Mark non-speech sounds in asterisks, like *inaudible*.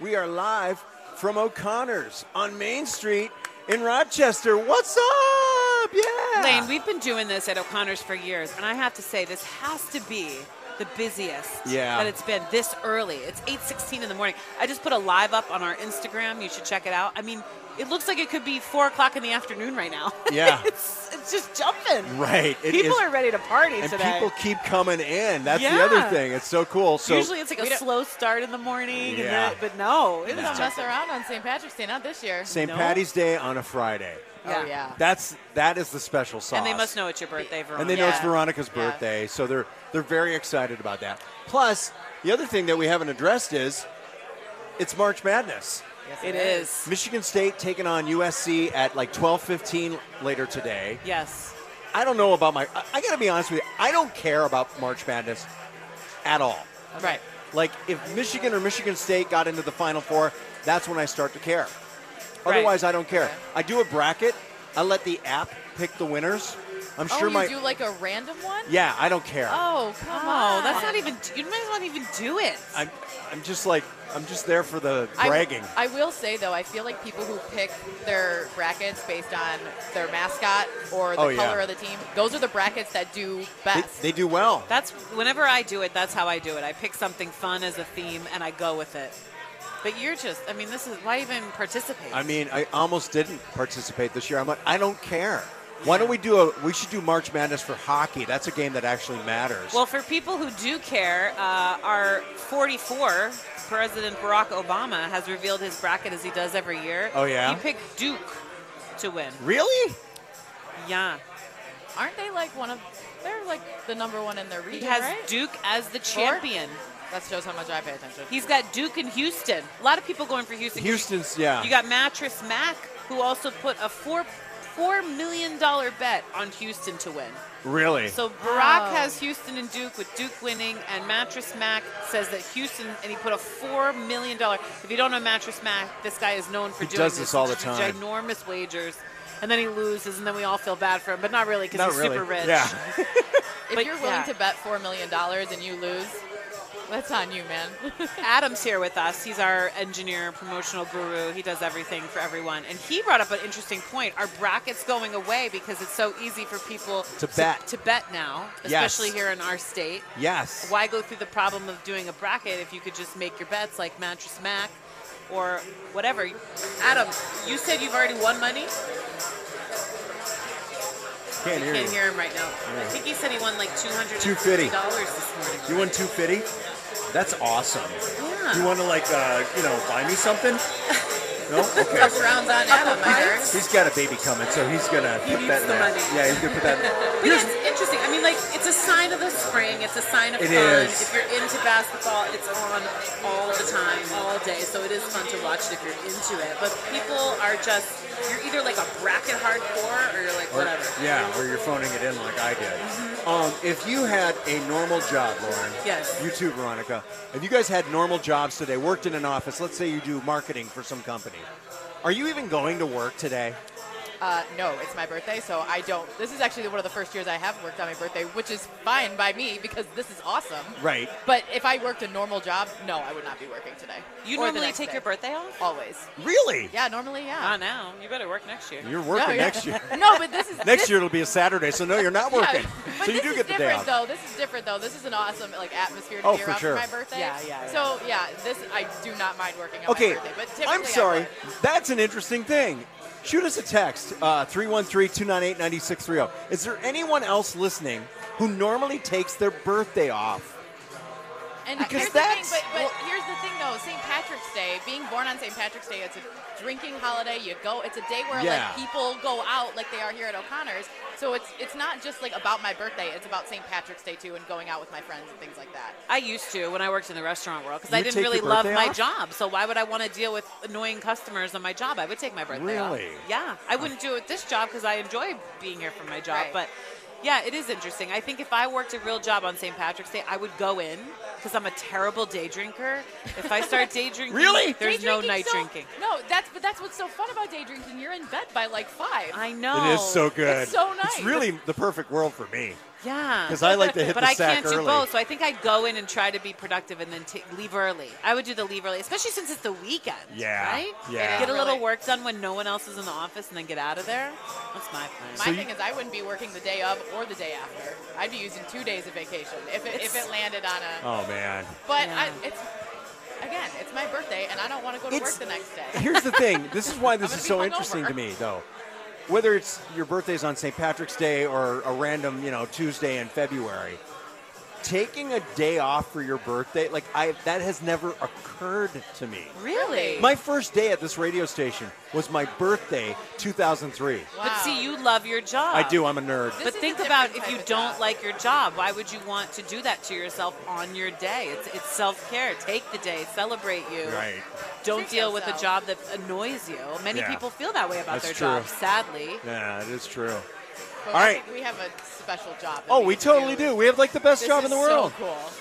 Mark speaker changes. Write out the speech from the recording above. Speaker 1: We are live from O'Connor's on Main Street in Rochester. What's up? Yeah.
Speaker 2: Lane, we've been doing this at O'Connor's for years, and I have to say this has to be the busiest
Speaker 1: Yeah.
Speaker 2: that it's been this early. It's 8:16 in the morning. I just put a live up on our Instagram. You should check it out. I mean, it looks like it could be four o'clock in the afternoon right now. *laughs*
Speaker 1: Yeah.
Speaker 2: it's it's just jumping.
Speaker 1: Right. It
Speaker 2: people
Speaker 1: is-
Speaker 2: are ready to party
Speaker 1: and
Speaker 2: today.
Speaker 1: people keep coming in. That's the other
Speaker 2: Yeah.
Speaker 1: thing. It's so cool. So
Speaker 2: Usually it's like
Speaker 3: We
Speaker 2: a
Speaker 3: don't-
Speaker 2: slow start in the morning,
Speaker 1: Yeah.
Speaker 2: and then, but no, it's
Speaker 3: We don't mess around on St. Patrick's Day, not this year.
Speaker 1: St.
Speaker 2: No.
Speaker 1: Patty's Day on a Friday.
Speaker 3: Oh, yeah.
Speaker 1: That's that is the special sauce.
Speaker 2: And they must know it's your birthday, Veronica.
Speaker 1: And they know it's
Speaker 3: Yeah.
Speaker 1: Veronica's
Speaker 3: Yeah.
Speaker 1: birthday, so they're they're very excited about that. Plus, the other thing that we haven't addressed is it's March Madness.
Speaker 3: Yes,
Speaker 2: It is.
Speaker 1: Michigan State taking on USC at like 12:15 later today.
Speaker 2: Yes.
Speaker 1: I don't know about my. I, I got to be honest with you. I don't care about March Madness at all.
Speaker 3: Right.
Speaker 1: Like if Michigan or Michigan State got into the Final Four, that's when I start to care.
Speaker 2: Right.
Speaker 1: Otherwise, I don't care.
Speaker 3: Okay.
Speaker 1: I do a bracket. I let the app pick the winners. I'm
Speaker 3: Oh,
Speaker 1: sure
Speaker 3: you
Speaker 1: my.
Speaker 3: do like a random one?
Speaker 1: yeah, I don't care.
Speaker 3: Oh, come
Speaker 2: Oh,
Speaker 3: on. e-
Speaker 2: that's not even. You might as well not even do it.
Speaker 1: I'm, I'm just like I'm just there for the
Speaker 3: I-
Speaker 1: bragging.
Speaker 3: I, will say though, I feel like people who pick their brackets based on their mascot or the
Speaker 1: Oh, yeah.
Speaker 3: color of the team, those are the brackets that do best.
Speaker 1: they, they do well.
Speaker 2: That's whenever I do it. That's how I do it. I pick something fun as a theme and I go with it. But you're just. I mean, this is why even participate.
Speaker 1: I mean, I almost didn't participate this year. I'm like, I don't care. Why don't we do a? We should do March Madness for hockey. That's a game that actually matters.
Speaker 2: well, for people who do care, uh, our 44 President Barack Obama has revealed his bracket as he does every year.
Speaker 1: Oh, yeah?
Speaker 2: He picked Duke to win.
Speaker 1: really?
Speaker 2: Yeah.
Speaker 3: Aren't they like one of? They're like the number one in their
Speaker 2: He
Speaker 3: region,
Speaker 2: has
Speaker 3: right?
Speaker 2: Duke as the champion.
Speaker 3: that shows how much I pay attention.
Speaker 2: He's got Duke and Houston. A lot of people going for Houston.
Speaker 1: Houston's yeah.
Speaker 2: You got Mattress Mac, who also put a four four million dollar bet on Houston to win.
Speaker 1: really?
Speaker 2: So Barack
Speaker 3: Wow.
Speaker 2: has Houston and Duke with Duke winning, and Mattress Mac says that Houston, and he put a four million dollar. If you don't know Mattress Mac, this guy is known for
Speaker 1: He
Speaker 2: doing
Speaker 1: does this all the
Speaker 2: gi-
Speaker 1: time.
Speaker 2: Ginormous wagers, and then he loses, and then we all feel bad for him, but not really because
Speaker 1: Not
Speaker 2: he's
Speaker 1: really.
Speaker 2: super rich.
Speaker 1: Yeah.
Speaker 3: if
Speaker 2: but
Speaker 3: you're willing
Speaker 2: yeah.
Speaker 3: to bet four million dollars and you lose, that's on you, man.
Speaker 2: *laughs*
Speaker 3: *laughs*
Speaker 2: Adam's here with us. He's our engineer, promotional guru. He does everything for everyone. And he brought up an interesting point. Our brackets going away because it's so easy for people
Speaker 1: To bet.
Speaker 2: to bet now,
Speaker 1: Yes.
Speaker 2: especially here in our state.
Speaker 1: Yes.
Speaker 2: Why go through the problem of doing a bracket if you could just make your bets like Mattress Mac or whatever? Adam, you said you've already won money.
Speaker 1: Can't
Speaker 2: I
Speaker 1: hear
Speaker 2: can't
Speaker 1: you.
Speaker 2: hear him right now. I think he said he won like two hundred
Speaker 1: $250.
Speaker 2: dollars this morning.
Speaker 4: You won 250? That's awesome.
Speaker 2: Yeah.
Speaker 4: You want to like, uh, you know, buy me
Speaker 2: *laughs*
Speaker 4: something? No? Okay.
Speaker 3: First round's on Adam, I heard.
Speaker 4: He's got a baby coming, so he's gonna
Speaker 2: He
Speaker 4: put
Speaker 2: needs
Speaker 4: that in
Speaker 2: the
Speaker 4: there.
Speaker 2: money.
Speaker 4: Yeah, he's gonna put
Speaker 2: *laughs*
Speaker 4: that.
Speaker 2: But it's interesting. I mean, like, it's a sign of the spring. It's a sign of
Speaker 4: It is.
Speaker 2: fun. If you're into basketball, it's on all the time, all day. So it is fun to watch it if you're into it. But people are just, you're either like a bracket hardcore or you're like,
Speaker 4: Or,
Speaker 2: whatever. Mm-hmm.
Speaker 4: yeah, or you're phoning it in like I did.
Speaker 1: Um, if you had a normal job, Lauren.
Speaker 2: Yes.
Speaker 1: You too, Veronica. If you guys had normal jobs today, worked in an office, let's say you do marketing for some company, are you even going to work today?
Speaker 3: Uh, no, it's my birthday, so I don't. This is actually one of the first years I have worked on my birthday, which is fine by me because this is awesome.
Speaker 1: Right.
Speaker 3: But if I worked a normal job, no, I would not be working today.
Speaker 2: You
Speaker 3: Or the
Speaker 2: normally
Speaker 3: next
Speaker 2: take
Speaker 3: day.
Speaker 2: your Um, birthday off?
Speaker 3: Always.
Speaker 1: Really?
Speaker 3: Yeah, normally, yeah.
Speaker 2: Not now. You better work next year.
Speaker 1: You're
Speaker 3: No,
Speaker 1: working
Speaker 3: yeah.
Speaker 1: next
Speaker 2: *laughs*
Speaker 1: year.
Speaker 3: *laughs* no, but this
Speaker 1: *laughs*
Speaker 3: is
Speaker 1: next
Speaker 3: this-
Speaker 1: year it'll be a Saturday, so no, you're not
Speaker 3: *laughs* yeah,
Speaker 1: working. so
Speaker 3: but
Speaker 1: you
Speaker 3: this
Speaker 1: do
Speaker 3: is
Speaker 1: get the day
Speaker 3: different
Speaker 1: off.
Speaker 3: though. This is different though. This is an awesome like atmosphere to
Speaker 1: Oh,
Speaker 3: be
Speaker 1: for
Speaker 3: around
Speaker 1: sure.
Speaker 3: my birthday.
Speaker 2: Yeah, yeah, yeah.
Speaker 3: So yeah, this I do not mind working on
Speaker 1: Okay,
Speaker 3: my birthday. But typically
Speaker 1: I'm
Speaker 3: I
Speaker 1: sorry.
Speaker 3: work.
Speaker 1: That's an interesting thing. Shoot us a text, uh, 313 298 9630. Is there anyone else listening who normally takes their birthday off?
Speaker 3: And
Speaker 1: Because
Speaker 3: here's
Speaker 1: that's-
Speaker 3: the thing, but, but
Speaker 1: well-
Speaker 3: here's the thing though, St. Patrick's Day, being born on St. Patrick's Day, it's a drinking holiday. You go, it's a day where
Speaker 1: Yeah.
Speaker 3: like people go out like they are here at O'Connor's. So it's it's not just like about my birthday, it's about St. Patrick's Day too and going out with my friends and things like that.
Speaker 2: I used to when I worked in the restaurant world because
Speaker 1: You
Speaker 2: I didn't
Speaker 1: take
Speaker 2: really
Speaker 1: your
Speaker 2: love
Speaker 1: birthday
Speaker 2: my
Speaker 1: off?
Speaker 2: job. So why would I want to deal with annoying customers on my job? I would take my birthday off.
Speaker 1: Really?
Speaker 2: Yeah, I wouldn't do it this job because I enjoy being here for my job.
Speaker 3: Right.
Speaker 2: But yeah, it is interesting. I think if I worked a real job on St. Patrick's Day, I would go in because I'm a terrible day drinker. If I start
Speaker 1: *laughs*
Speaker 2: day drinking,
Speaker 1: Really?
Speaker 2: there's
Speaker 3: Day
Speaker 2: no
Speaker 3: drinking's
Speaker 2: night
Speaker 3: so-
Speaker 2: drinking.
Speaker 3: No, that's but that's what's so fun about day drinking. You're in bed by like five.
Speaker 2: I know.
Speaker 1: It is so good.
Speaker 3: It's so nice.
Speaker 1: It's really the perfect world for me.
Speaker 2: Yeah.
Speaker 1: 'Cause I like to hit
Speaker 2: but
Speaker 1: the
Speaker 2: I
Speaker 1: sack
Speaker 2: can't
Speaker 1: early.
Speaker 2: do both. So I think I'd go in and try to be productive and then ta- leave early. I would do the leave early, especially since it's the weekend.
Speaker 1: Yeah.
Speaker 2: Right?
Speaker 1: Yeah.
Speaker 2: Get a little
Speaker 3: Really.
Speaker 2: work done when no one else is in the office and then get out of there. That's my plan.
Speaker 3: My
Speaker 1: So you-
Speaker 3: thing is, I wouldn't be working the day of or the day after. I'd be using two days of vacation if it, if
Speaker 2: It's-
Speaker 3: it landed on a.
Speaker 1: Oh man.
Speaker 3: but
Speaker 2: Yeah.
Speaker 3: I, it's again, it's my birthday, and I don't want to go to
Speaker 1: It's-
Speaker 3: work the next day.
Speaker 1: Here's the thing. This is why this
Speaker 3: I'm
Speaker 1: is so
Speaker 3: gonna be
Speaker 1: interesting
Speaker 3: hungover.
Speaker 1: to me, though. Whether it's your birthday's on St. Patrick's Day or a random, you know, Tuesday in February, taking a day off for your birthday, like I that has never occurred to me.
Speaker 2: really?
Speaker 1: My first day at this radio station was my birthday, 2003.
Speaker 2: But
Speaker 3: Wow.
Speaker 2: see, you love your job.
Speaker 1: I do. I'm a nerd.
Speaker 3: This
Speaker 2: But
Speaker 3: is a
Speaker 2: think
Speaker 3: different
Speaker 2: about if
Speaker 3: type
Speaker 2: you
Speaker 3: of
Speaker 2: don't
Speaker 3: job.
Speaker 2: like your job, why would you want to do that to yourself on your day? It's, it's self care. Take the day, celebrate you. Don't
Speaker 3: Treat
Speaker 2: deal with a
Speaker 3: yourself.
Speaker 2: job that annoys you. Many
Speaker 1: Yeah.
Speaker 2: people feel that way about
Speaker 1: That's
Speaker 2: their
Speaker 1: true.
Speaker 2: job, sadly.
Speaker 1: Yeah, it is true.
Speaker 3: But
Speaker 1: All
Speaker 3: I
Speaker 1: right.
Speaker 3: think We have a special job. that
Speaker 1: Oh, we
Speaker 3: get to
Speaker 1: totally do. We have like the best
Speaker 3: This
Speaker 1: job in
Speaker 3: is
Speaker 1: the world.
Speaker 3: So cool.